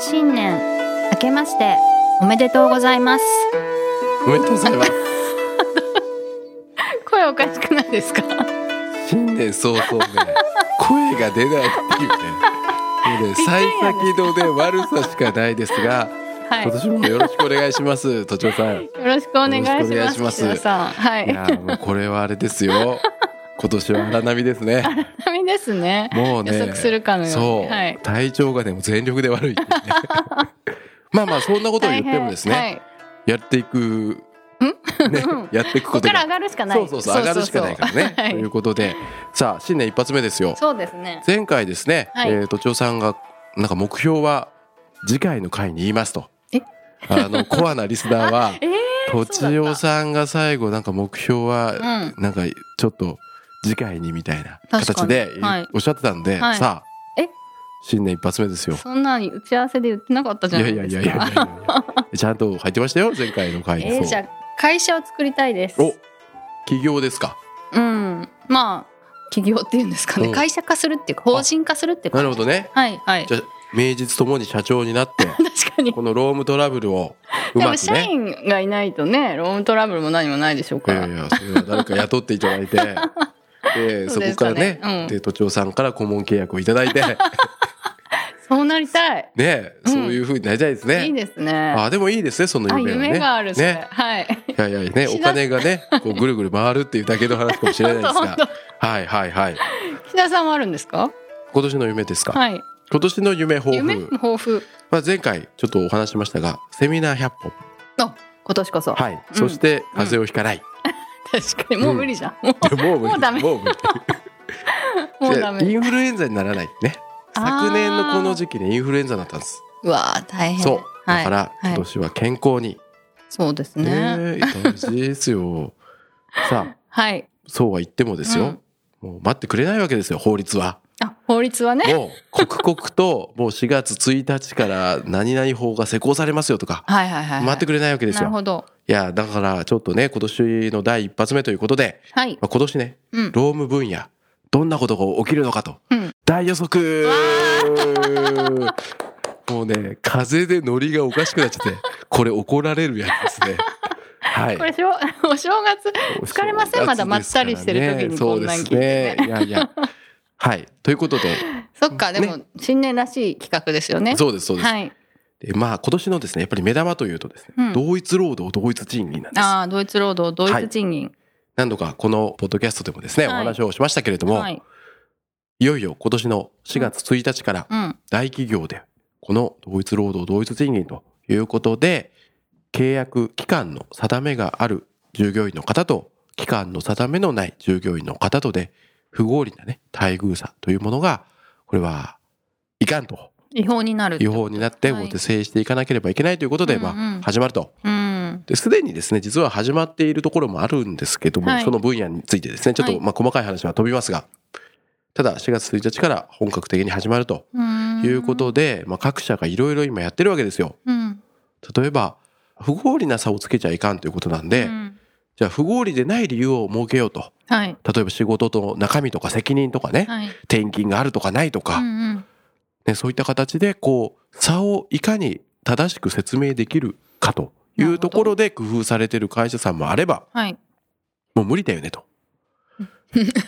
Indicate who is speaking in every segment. Speaker 1: 新年明けましておめでとうございます
Speaker 2: おめでとう ございます。
Speaker 1: 声おかしくないですか
Speaker 2: 新年早々ね、声が出ないっていうね。もうね、幸先のね、悪さしかないですが、
Speaker 1: はい
Speaker 2: 今
Speaker 1: よ
Speaker 2: 年もよろしくお願いします、都庁さん。い
Speaker 1: ろしくお願いします
Speaker 2: よろしくお願いします
Speaker 1: 岸田さんはい
Speaker 2: やー、もうこれはあれですよ。今年は 荒波ですね。
Speaker 1: 波ですね
Speaker 2: もうね、
Speaker 1: 予測するかのように
Speaker 2: そう、
Speaker 1: はい
Speaker 2: 体調がね、もう全力で悪 いっていうね、まあまあ、そんなことを言ってもですね、
Speaker 1: 大変はい
Speaker 2: やっていく、ね、やっていく
Speaker 1: ここ
Speaker 2: こと
Speaker 1: から
Speaker 2: が
Speaker 1: 上。がるしかない
Speaker 2: そうそうそう、上がるしかないからね。
Speaker 1: はい
Speaker 2: ということで、さあ、新年一発目ですよ。
Speaker 1: そうですね
Speaker 2: 前回ですね、
Speaker 1: はい
Speaker 2: えー、都庁さんがなんか目標は次回の回に言いますと
Speaker 1: え
Speaker 2: あのコアなリスナ ーは
Speaker 1: えー
Speaker 2: 都知おさんが最後なんか目標はなんかちょっと次回にみたいな
Speaker 1: 確か
Speaker 2: 形
Speaker 1: に
Speaker 2: で
Speaker 1: はい
Speaker 2: おっしゃってたんで、
Speaker 1: はい
Speaker 2: さあ
Speaker 1: え
Speaker 2: 新年一発目ですよ。
Speaker 1: そんなに打ち合わせで言ってなかった
Speaker 2: い
Speaker 1: じゃな
Speaker 2: や
Speaker 1: い
Speaker 2: いや
Speaker 1: で
Speaker 2: い
Speaker 1: す
Speaker 2: や
Speaker 1: か
Speaker 2: いやいやいやちゃんと入ってましたよ前回の回に、
Speaker 1: えー、
Speaker 2: そう
Speaker 1: じゃあ会社を作りたいです
Speaker 2: お起業ですか
Speaker 1: うんまあ起業っていうんですかね、
Speaker 2: うん
Speaker 1: 会社化するっていうか法人化するっていうか
Speaker 2: なるほどね
Speaker 1: はいはい
Speaker 2: じゃあ名実ともに社長になっ て
Speaker 1: 確かに
Speaker 2: このロームトラブルをう
Speaker 1: で
Speaker 2: ま
Speaker 1: も
Speaker 2: く
Speaker 1: 社
Speaker 2: ね
Speaker 1: 員がいないとねローントラブルも何もないでしょう
Speaker 2: い
Speaker 1: か
Speaker 2: や
Speaker 1: ら
Speaker 2: いやそれは誰か雇っていただいて で
Speaker 1: そ
Speaker 2: そう
Speaker 1: で
Speaker 2: こ
Speaker 1: す
Speaker 2: か
Speaker 1: からね
Speaker 2: ね
Speaker 1: うん
Speaker 2: で都庁さんから顧問契約をいただいて
Speaker 1: そうなりたい
Speaker 2: ね
Speaker 1: うん
Speaker 2: そういうふうになりたいですね。
Speaker 1: いいですね
Speaker 2: あでもいいですねその
Speaker 1: あ
Speaker 2: 夢はね。
Speaker 1: 夢があるそれ、
Speaker 2: ね
Speaker 1: はい
Speaker 2: いやいやねお金がねこうぐるぐる回るっていうだけの話かもしれない です
Speaker 1: 本当
Speaker 2: がはいはいはい
Speaker 1: 岸田さんはあるんですか
Speaker 2: 今年の夢ですか、
Speaker 1: はい
Speaker 2: 今年の夢抱
Speaker 1: 夢
Speaker 2: 負、
Speaker 1: 豊富
Speaker 2: まあ、前回ちょっとお話ししましたがセミナー100本、
Speaker 1: あ今年こそ、
Speaker 2: はい
Speaker 1: うん
Speaker 2: そして風邪をひかない、
Speaker 1: 確かにもう無理じゃん、も
Speaker 2: もう無理
Speaker 1: もうダメ
Speaker 2: もう無理
Speaker 1: うもうダ
Speaker 2: でイ
Speaker 1: メ
Speaker 2: ンフルエンザにならないね
Speaker 1: あー
Speaker 2: 昨年のこの時期にインフルエンザだったんです
Speaker 1: うわー大変
Speaker 2: そう
Speaker 1: は
Speaker 2: だ
Speaker 1: い
Speaker 2: から
Speaker 1: は
Speaker 2: 今
Speaker 1: い、
Speaker 2: 年は健康に、
Speaker 1: そうですね、
Speaker 2: ねえ大事で すよさあ
Speaker 1: はい
Speaker 2: そうは言ってもですよ、もう待ってくれないわけですよ法律は
Speaker 1: あ法律はね
Speaker 2: もう刻 々ともう4月1日から何々法が施行されますよとか
Speaker 1: はいはいはい、はい、
Speaker 2: 待ってくれないわけです
Speaker 1: なる
Speaker 2: よ
Speaker 1: ほど
Speaker 2: いやだからちょっとね今年の第一発目ということで、
Speaker 1: はい
Speaker 2: まあ、今年ね
Speaker 1: うん
Speaker 2: ローム分野どんなことが起きるのかと
Speaker 1: うん
Speaker 2: 大予測 もうね風でノリがおかしくなっちゃってこれ怒られるや つですねはい
Speaker 1: これしょう お正月疲れませんまだまったりしてる時にこんなん聞いてね
Speaker 2: そうですねいやいやはいということで
Speaker 1: そっかでも新年らしい企画ですよね
Speaker 2: そうですそうです、
Speaker 1: はい
Speaker 2: でまあ今年のですねやっぱり目玉というとですね、
Speaker 1: うん
Speaker 2: 同一労働同一賃金なんです
Speaker 1: ああドイツ労働ドイツ賃金
Speaker 2: 何度かこのポッドキャストでもですね、
Speaker 1: はい
Speaker 2: お話をしましたけれども、、
Speaker 1: はいい
Speaker 2: よいよ今年の4月1日から
Speaker 1: うん
Speaker 2: 大企業でこの同一労働同一賃金ということで契約期間の定めがある従業員の方と期間の定めのない従業員の方とで不合理なね待遇差というものがこれはいかんと
Speaker 1: 違法になる
Speaker 2: 違法になって
Speaker 1: はい
Speaker 2: ご是正していかなければいけないということで、
Speaker 1: うんうん
Speaker 2: まあ、始まると。
Speaker 1: うん
Speaker 2: ですでにですね実は始まっているところもあるんですけども、
Speaker 1: はい
Speaker 2: その分野についてですねちょっ
Speaker 1: はい
Speaker 2: とまあ細かい話は飛びますがただ4月1日から本格的に始まると
Speaker 1: うん
Speaker 2: いうことで、まあ、各社がいろいろ今やってるわけですよ。
Speaker 1: うん
Speaker 2: 例えば不合理な差をつけちゃいかんということなんで、
Speaker 1: うん
Speaker 2: じゃあ不合理でない理由を設けようと
Speaker 1: はい
Speaker 2: 例えば仕事と中身とか責任とかね、
Speaker 1: はい
Speaker 2: 転勤があるとかないとか、
Speaker 1: うんうん
Speaker 2: ね、そういった形でこう差をいかに正しく説明できるかとい
Speaker 1: なる
Speaker 2: う
Speaker 1: ほど
Speaker 2: ところで工夫されてる会社さんもあれば
Speaker 1: はい
Speaker 2: もう無理だ よねと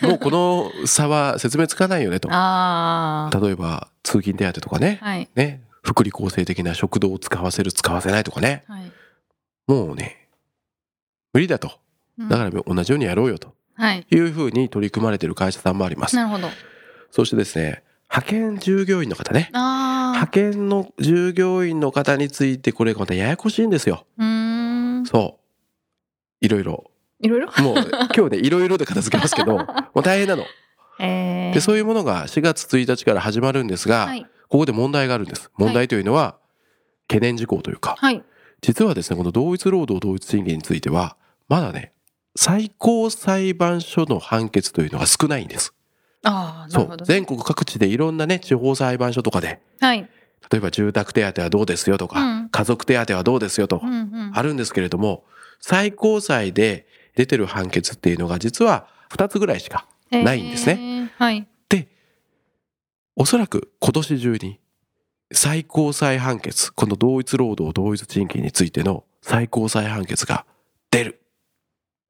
Speaker 2: もうこの差は説明つかないよねと
Speaker 1: ああ
Speaker 2: 例えば通勤手当とかね、
Speaker 1: はい
Speaker 2: ね福利厚生的な食堂を使わせる使わせないとかね
Speaker 1: はい
Speaker 2: もうね無理だと
Speaker 1: うん
Speaker 2: だから同じようにやろうよと
Speaker 1: はい
Speaker 2: いうふうに取り組まれてる会社さんもあります
Speaker 1: なるほど
Speaker 2: そしてですね派遣従業員の方ね
Speaker 1: ああ
Speaker 2: 派遣の従業員の方についてこれまたややこしいんですよ
Speaker 1: うーん
Speaker 2: そういろいろ
Speaker 1: いろいろ
Speaker 2: もう今日ねいろいろで片付けますけどもう大変なの
Speaker 1: へえー、
Speaker 2: でそういうものが4月1日から始まるんですが、
Speaker 1: はい
Speaker 2: ここで問題があるんです問題というのは懸念事項というか、
Speaker 1: はい
Speaker 2: 実はですねこの同一労働同一賃金についてはまだね最高裁判所の判決というのが少ないんです。
Speaker 1: ああな
Speaker 2: そ
Speaker 1: るほ
Speaker 2: う
Speaker 1: ど
Speaker 2: 全国各地でいろんなね地方裁判所とかで
Speaker 1: はい
Speaker 2: 例えば住宅手当はどうですよとか、
Speaker 1: うん
Speaker 2: 家族手当はどうですよと
Speaker 1: う
Speaker 2: か
Speaker 1: んうん
Speaker 2: あるんですけれども最高裁で出てる判決っていうのが実は2つぐらいしかないんですね。
Speaker 1: ね、えー、はい
Speaker 2: でおそらく今年中に最高裁判決この同一労働同一賃金についての最高裁判決が出る、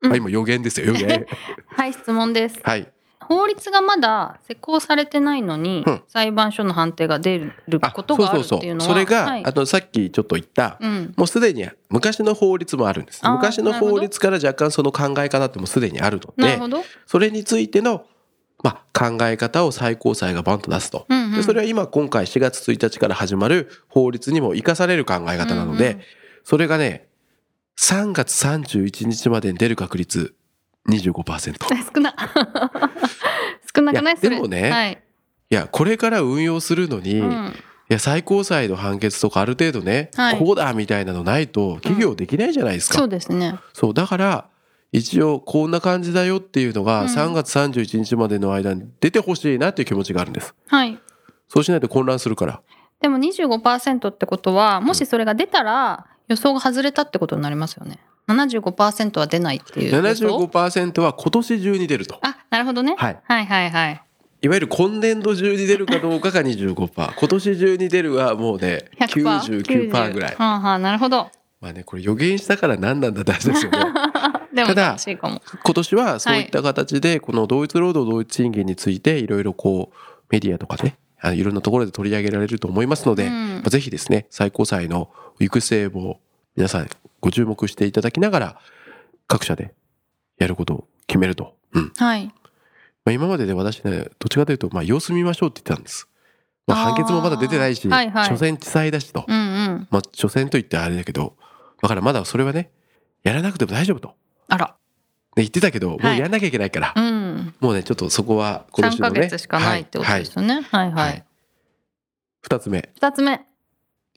Speaker 1: うん
Speaker 2: あ今予言です よ予言
Speaker 1: はい質問です
Speaker 2: はい
Speaker 1: 法律がまだ施行されてないのに、
Speaker 2: うん
Speaker 1: 裁判所の判定が出ることがあるっていうのは
Speaker 2: それが、
Speaker 1: はい
Speaker 2: あのさっきちょっと言った、
Speaker 1: うん
Speaker 2: もうすでに昔の法律もあるんです
Speaker 1: あー
Speaker 2: 昔の法律から若干その考え方ってもうすでにあるの
Speaker 1: なる
Speaker 2: で
Speaker 1: ほど、
Speaker 2: それについての、まあ、考え方を最高裁がバンと出すと、
Speaker 1: うんうん、
Speaker 2: でそれは今今回4月1日から始まる法律にも生かされる考え方なので、
Speaker 1: うん うん
Speaker 2: それがね3月31日までに出る確率25%い
Speaker 1: 少な 少なくない
Speaker 2: いや
Speaker 1: それ
Speaker 2: でもね
Speaker 1: はい
Speaker 2: やこれから運用するの
Speaker 1: う
Speaker 2: に、い
Speaker 1: ん、
Speaker 2: や最高裁の判決とかある程度ね、
Speaker 1: はい
Speaker 2: こうだみたいなのないと企業できないじゃないですか、
Speaker 1: そうですね
Speaker 2: そうだから一応こんな感じだよっていう
Speaker 1: う
Speaker 2: のが
Speaker 1: ん
Speaker 2: 3月31日までの間に出てほしいなっていう気持ちがあるんです
Speaker 1: はい
Speaker 2: そうしないと混乱するから
Speaker 1: でも25%ってことはもしそれが出たら予想が外れたってことになりますよね75%は出ないっていう予想
Speaker 2: 75%は今年中に出ると
Speaker 1: あなるほどね、
Speaker 2: はい
Speaker 1: はいはいはい
Speaker 2: いわゆる今年度中に出るかどうかが25%今年中に出るはもうね
Speaker 1: 100%
Speaker 2: 99%ぐらい
Speaker 1: はあ、はあ、なるほど
Speaker 2: まあねこれ予言したから何なんだって話です よね
Speaker 1: でも
Speaker 2: ただ
Speaker 1: 楽しいかも
Speaker 2: 今年はそういった形でこの同一労働同一賃金についていろいろこうメディアとかねあのいろんなところで取り上げられると思いますので、
Speaker 1: うん
Speaker 2: まあぜひですね最高裁の行く制を皆さんご注目していただきながら各社でやることを決めると、うん、
Speaker 1: はい
Speaker 2: まあ、今までで私ねどっちかというとまあ様子見ましょうって言ってたんです、まあ、
Speaker 1: あー
Speaker 2: 判決もまだ出てないし、
Speaker 1: はいはい
Speaker 2: 所詮地裁だしと、
Speaker 1: うんうん
Speaker 2: まあ所詮と言ってあれだけどだからまだそれはねやらなくても大丈夫と、ね、
Speaker 1: あら
Speaker 2: 言ってたけどもう
Speaker 1: はい
Speaker 2: やらなきゃいけないから、
Speaker 1: うん
Speaker 2: もうねちょっとそこは今
Speaker 1: 3
Speaker 2: 年の
Speaker 1: ヶ
Speaker 2: ね
Speaker 1: 月しかないってことですよねはい
Speaker 2: はい
Speaker 1: は
Speaker 2: はいい2つ目
Speaker 1: 2つ目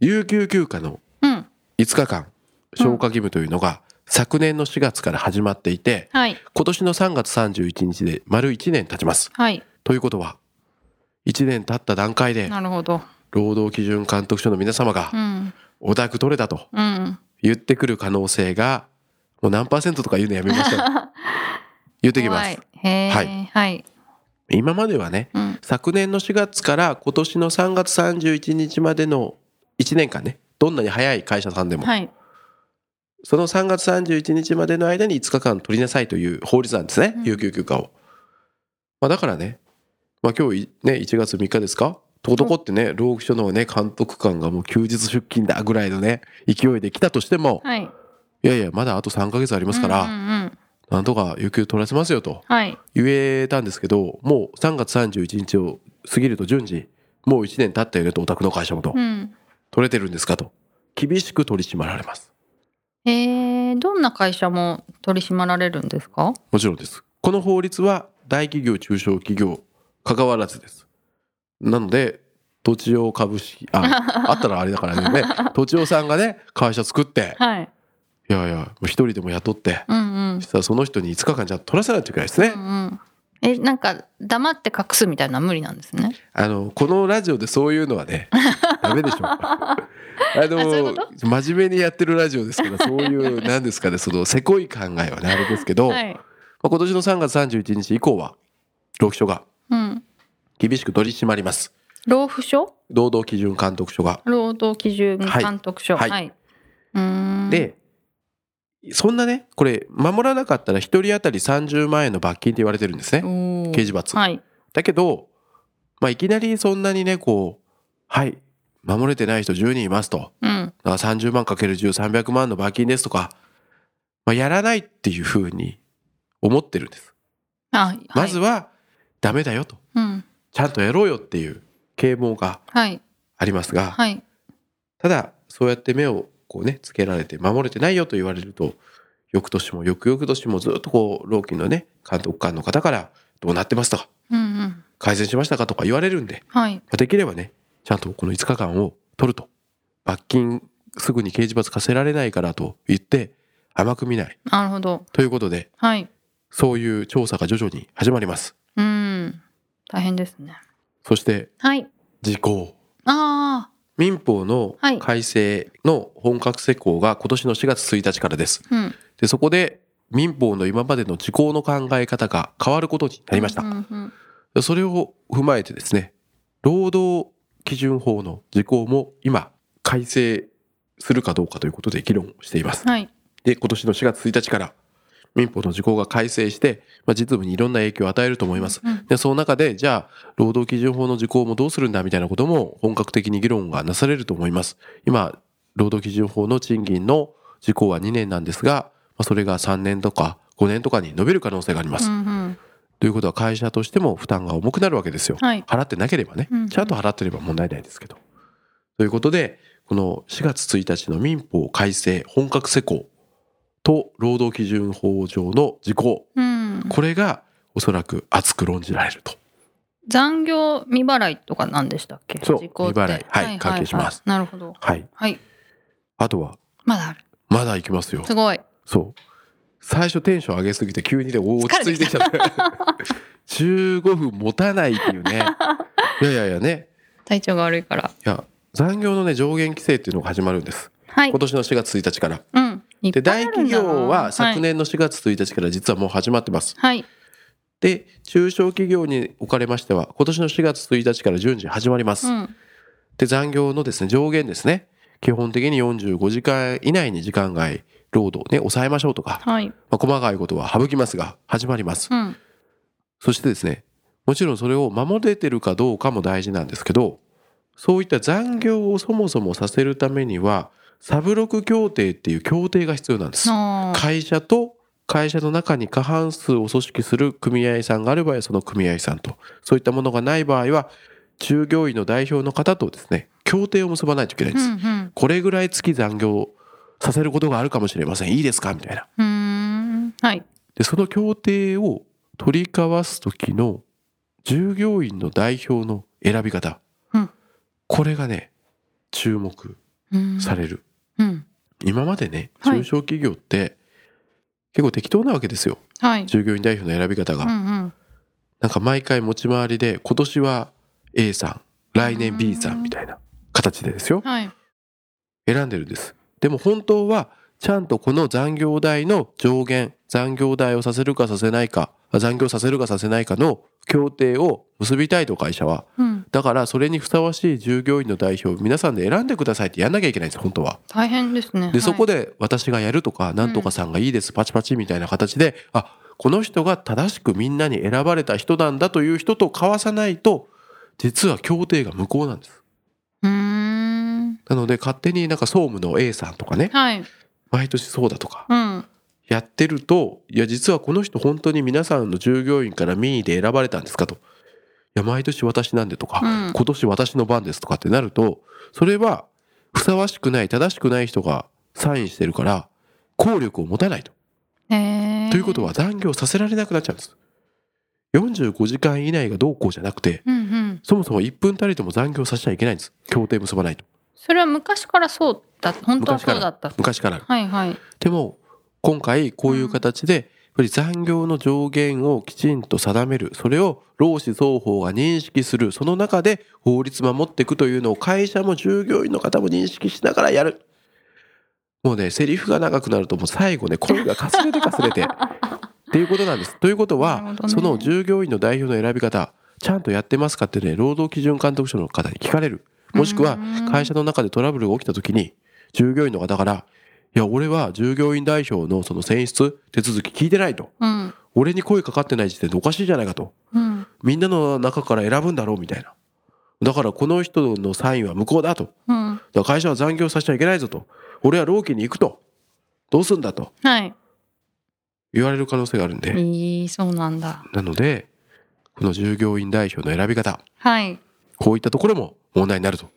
Speaker 2: 有給休暇の
Speaker 1: うん
Speaker 2: 5日間消化義務というのが昨年の4月から始まっていて
Speaker 1: はい
Speaker 2: 今年の3月31日で丸1年経ちます
Speaker 1: はい
Speaker 2: ということは1年経った段階で
Speaker 1: なるほど
Speaker 2: 労働基準監督署の皆様が
Speaker 1: うん
Speaker 2: お宅取れたと
Speaker 1: うん
Speaker 2: 言ってくる可能性がもう何パーセントとか言うのやめま しょう言ってきま
Speaker 1: 怖
Speaker 2: す
Speaker 1: いへえ
Speaker 2: は
Speaker 1: はい
Speaker 2: い、
Speaker 1: はい
Speaker 2: 今まではね
Speaker 1: うん、
Speaker 2: 昨年の4月から今年の3月31日までの1年間ねどんなに早い会社さんでも、
Speaker 1: はい
Speaker 2: その3月31日までの間に5日間取りなさいという法律なんですね、
Speaker 1: うん
Speaker 2: 有給休暇を、まあ、だからね、まあ、今日いね1月3日ですかとことこってね労基署のね監督官がもう休日出勤だぐらいのね勢いで来たとしても、
Speaker 1: はい
Speaker 2: いやいや、まだあと3ヶ月ありますか
Speaker 1: うんう
Speaker 2: ら、
Speaker 1: んうん
Speaker 2: なんとか有給取らせますよと
Speaker 1: はい
Speaker 2: 言えたんですけど、もう3月31日を過ぎると順次、もう1年経ったよねと、お宅の会社もと
Speaker 1: う、ん
Speaker 2: 取れてるんですかと、厳しく取り締まられます。
Speaker 1: えー、どんな会社も取り締まられるんですか
Speaker 2: もちろんです。この法律は大企業、中小企業、関わらずです。なので、土地用株式、 あ、あったらあれだからね、土地用さんがね、会社作って、
Speaker 1: はい
Speaker 2: いやいや、もう一人でも雇って、
Speaker 1: うんうん
Speaker 2: そしたらその人に5日間じゃ取らせないといけないですね
Speaker 1: う。んうんえなんか黙って隠すみたいなのは無理なんですね
Speaker 2: あのこのラジオでそういうのは ねダメでしょうかあ
Speaker 1: あそうい
Speaker 2: の
Speaker 1: うこ
Speaker 2: 真面目にやってるラジオですからそういう何で すかねそのせこい考えはねあれですけど、
Speaker 1: はい
Speaker 2: まあ、今年の3月31日以降は労基署が
Speaker 1: うん
Speaker 2: 厳しく取り締まります
Speaker 1: 老婦署
Speaker 2: 労働基準監督署が。
Speaker 1: 労働基準
Speaker 2: はい
Speaker 1: 監督署は、
Speaker 2: はいいう
Speaker 1: ーん
Speaker 2: でそんなねこれ守らなかったら1人当たり30万円の罰金って言われてるんですね
Speaker 1: 刑
Speaker 2: 刑事罰。
Speaker 1: はい
Speaker 2: だけど、まあ、いきなりそんなにねこうはい守れてない人10人いますと。
Speaker 1: うん
Speaker 2: だから30万 ×10300 万の罰金ですとか、まあ、やらないっていうふうに思ってるんです。
Speaker 1: あはい
Speaker 2: まずはダメだよと
Speaker 1: うん
Speaker 2: ちゃんとやろうよっていう啓蒙が
Speaker 1: はい
Speaker 2: ありますが
Speaker 1: はい
Speaker 2: ただそうやって目をこうねつけられて守れてないよと言われると翌年も翌々年もずっとこう老金のね監督官の方からどうなってますとか
Speaker 1: うんうん
Speaker 2: 改善しましたかとか言われるんで、
Speaker 1: はい。
Speaker 2: まあできればね、ちゃんとこの5日間を取ると。罰金すぐに刑事罰課せられないからと言って甘く見ない。
Speaker 1: なるほど。
Speaker 2: ということで、
Speaker 1: はい。
Speaker 2: そういう調査が徐々に始まります。
Speaker 1: うん。大変ですね。
Speaker 2: そして、
Speaker 1: はい。
Speaker 2: 時効。
Speaker 1: あ
Speaker 2: 民法の
Speaker 1: はい
Speaker 2: 改正の本格施行が今年の4月1日からです。
Speaker 1: あ。うん。
Speaker 2: で、そこで民法の今までの時効の考え方が変わることになりました
Speaker 1: う。んうん
Speaker 2: それを踏まえてですね、労働基準法の時効も今、改正するかどうかということで議論をしています。
Speaker 1: はい。
Speaker 2: で、今年の4月1日から民法の時効が改正して、まあ、実務にいろんな影響を与えると思います。
Speaker 1: うん
Speaker 2: で、その中で、じゃあ、労働基準法の時効もどうするんだみたいなことも本格的に議論がなされると思います。今、労働基準法の賃金の時効は2年なんですが、まあそれが3年とか5年とかに延びる可能性があります
Speaker 1: う。んうん
Speaker 2: ということは会社としても負担が重くなるわけですよ。
Speaker 1: はい。
Speaker 2: 払ってなければね
Speaker 1: うんうん、
Speaker 2: ちゃんと払ってれば問題ないですけど。ということで、この4月1日の民法改正本格施行と労働基準法上の時効、
Speaker 1: うん。
Speaker 2: これがおそらく熱く論じられると。
Speaker 1: 残業未払いとか何でしたっけ？
Speaker 2: そう
Speaker 1: 時効って
Speaker 2: 未払いはい関係します。
Speaker 1: なるほど。
Speaker 2: はい。
Speaker 1: はい。
Speaker 2: あとは、
Speaker 1: まだある。
Speaker 2: まだ行きますよ。
Speaker 1: すごい。
Speaker 2: そう。最初テンション上げすぎて急にで落ち着いてきちゃった。15分持たないっていう ね。いやいやいやね。
Speaker 1: 体調が悪いから。
Speaker 2: いや、残業のね、上限規制っていうのが始まるんです。
Speaker 1: はい
Speaker 2: 今。年の4月1日から。
Speaker 1: うん。いっ
Speaker 2: で
Speaker 1: ぱい
Speaker 2: 大
Speaker 1: あるん
Speaker 2: 企
Speaker 1: だな
Speaker 2: 業は昨。年の4月1日から実はもう始まってます。
Speaker 1: はい。はい
Speaker 2: で中小企業におかれましては今年の4月1日から順次始まります。
Speaker 1: うん。
Speaker 2: で残業のですね上限ですね基本的に45時間以内に時間外労働をね抑えましょうとか、
Speaker 1: はい。
Speaker 2: まあ、細かいことは省きますが始まります。
Speaker 1: うん。
Speaker 2: そしてですねもちろんそれを守れてるかどうかも大事なんですけどそういった残業をそもそもさせるためにはサブロク協定っていう協定が必要なんです。
Speaker 1: あー
Speaker 2: 会社と会社の中に過半数を組織する組合さんがある場合はその組合さんとそういったものがない場合は従業員の代表の方とですね協定を結ばないといけないん
Speaker 1: う
Speaker 2: です、
Speaker 1: ん
Speaker 2: これぐらい月残業させることがあるかもしれませんいいですかみたいな
Speaker 1: うん。うーん。はい。
Speaker 2: でその協定を取り交わす時の従業員の代表の選び方、
Speaker 1: うん
Speaker 2: これがね注目
Speaker 1: うん
Speaker 2: される、
Speaker 1: うん。
Speaker 2: 今までね
Speaker 1: はい
Speaker 2: 中小企業って結構適当なわけですよ
Speaker 1: はい。
Speaker 2: 従業員代表の選び方が、
Speaker 1: うんうん。
Speaker 2: なんか毎回持ち回りで今年は A さん来年 B さんみたいな形でですよ
Speaker 1: はい。
Speaker 2: 選んでるんですでも本当はちゃんとこの残業代の上限残業代をさせるかさせないかあ残業させるかさせないかの協定を結びたいと会社は
Speaker 1: うん。
Speaker 2: だからそれにふさわしい従業員の代表を皆さんで選んでくださいってやんなきゃいけないんです本当は
Speaker 1: 大変ですね。
Speaker 2: で、そこ
Speaker 1: で。
Speaker 2: で私がやるとか、なんとかさんがいいです、パチパチみたいな形で、あ、この人が正しくみんなに選ばれた人なんだという人と交わさないと、実は協定が無効なんです。
Speaker 1: うーん。
Speaker 2: なので、勝手になんか総務の A さんとかね、
Speaker 1: はい。
Speaker 2: 毎年そうだとか、
Speaker 1: うん。
Speaker 2: やってると、いや、実はこの人本当に皆さんの従業員から民意で選ばれたんですかと。いや、毎年私なんでとか、
Speaker 1: うん
Speaker 2: 今年私の番ですとかってなると、それは、ふさわしくない、正しくない人がサインしてるから、効力を持たないと。
Speaker 1: へえ。
Speaker 2: ということは。残業させられなくなっちゃうんです。45時間以内がどうこうじゃなくて、
Speaker 1: うんうん。
Speaker 2: そもそも1分たりとも残業させちゃいけないんです。協定結ばないと。
Speaker 1: それは昔からそうだった。本当は
Speaker 2: 昔か
Speaker 1: そ
Speaker 2: ら
Speaker 1: うだった。
Speaker 2: 昔からある。
Speaker 1: はいはい。
Speaker 2: でも、今回こういう形で、やっぱり残業の上限をきちんと定める。それを労使双方が認識する。その中で法律守っていくというのを会社も従業員の方も認識しながらやる。もうね、セリフが長くなるともう最後ね、声がかすれてかす れて。っていうことなんです。ということ
Speaker 1: な
Speaker 2: は
Speaker 1: るほ、どね
Speaker 2: その従業員の代表の選び方、ちゃんとやってますかってね、労働基準監督署の方に聞かれる。もしくは
Speaker 1: うん、
Speaker 2: 会社の中でトラブルが起きた時に、従業員の方から、いや、俺は従業員代表のその選出手続き聞いてないと。
Speaker 1: うん。
Speaker 2: 俺に声かかってない時点でおかしいじゃないかと。
Speaker 1: うん。
Speaker 2: みんなの中から選ぶんだろうみたいな。だからこの人のサインは無効だと。
Speaker 1: うん。
Speaker 2: だから会社は残業させちゃいけないぞと。俺は労基に行くと。どうすんだと
Speaker 1: はい。
Speaker 2: 言われる可能性があるんで。
Speaker 1: いい、そうなんだ。
Speaker 2: なので、この従業員代表の選び方、
Speaker 1: はい。
Speaker 2: こういったところも問題になると。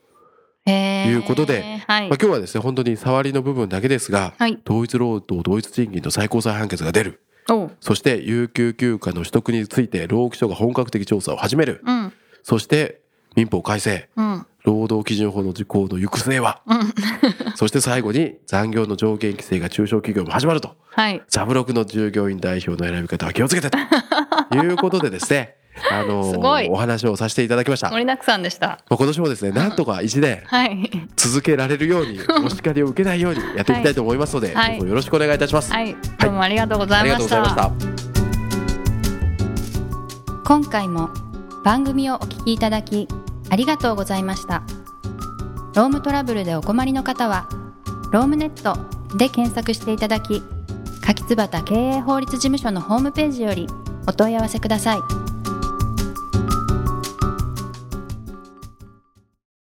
Speaker 1: へえ。
Speaker 2: いうことで。
Speaker 1: はい
Speaker 2: まあ、。今日はですね、本当に触りの部分だけですが、
Speaker 1: はい。
Speaker 2: 同一労働同一賃金の最高裁判決が出る。
Speaker 3: おう
Speaker 2: そして有給休暇の取得について労基署が本格的調査を始める
Speaker 3: うん
Speaker 2: そして民法改正
Speaker 3: うん
Speaker 2: 労働基準法の施行の行く末は
Speaker 3: うん
Speaker 2: そして最後に残業の上限規制が中小企業も始まると
Speaker 3: はい
Speaker 2: ザブロクの従業員代表の選び方は気をつけてということでですねあの
Speaker 3: すごい
Speaker 2: お話をさせていただきました
Speaker 3: 盛りだくさんでした
Speaker 2: まあ今年もですねなんとか1年
Speaker 3: はい
Speaker 2: 続けられるよう にお叱りを受けないようにやっていきたいと思いますので、
Speaker 3: はいは
Speaker 2: ど
Speaker 3: い
Speaker 2: うぞよろしくお願いいたします、
Speaker 3: はいどうもありがとうござ
Speaker 2: あ
Speaker 3: い
Speaker 2: りが
Speaker 3: ま
Speaker 2: とう
Speaker 3: し
Speaker 2: ござい
Speaker 3: た、
Speaker 2: ました
Speaker 3: 今回も番組をお聞きいただきありがとうございましたロームトラブルでお困りの方はロームネットで検索していただき柿椿経営法律事務所のホームページよりお問い合わせください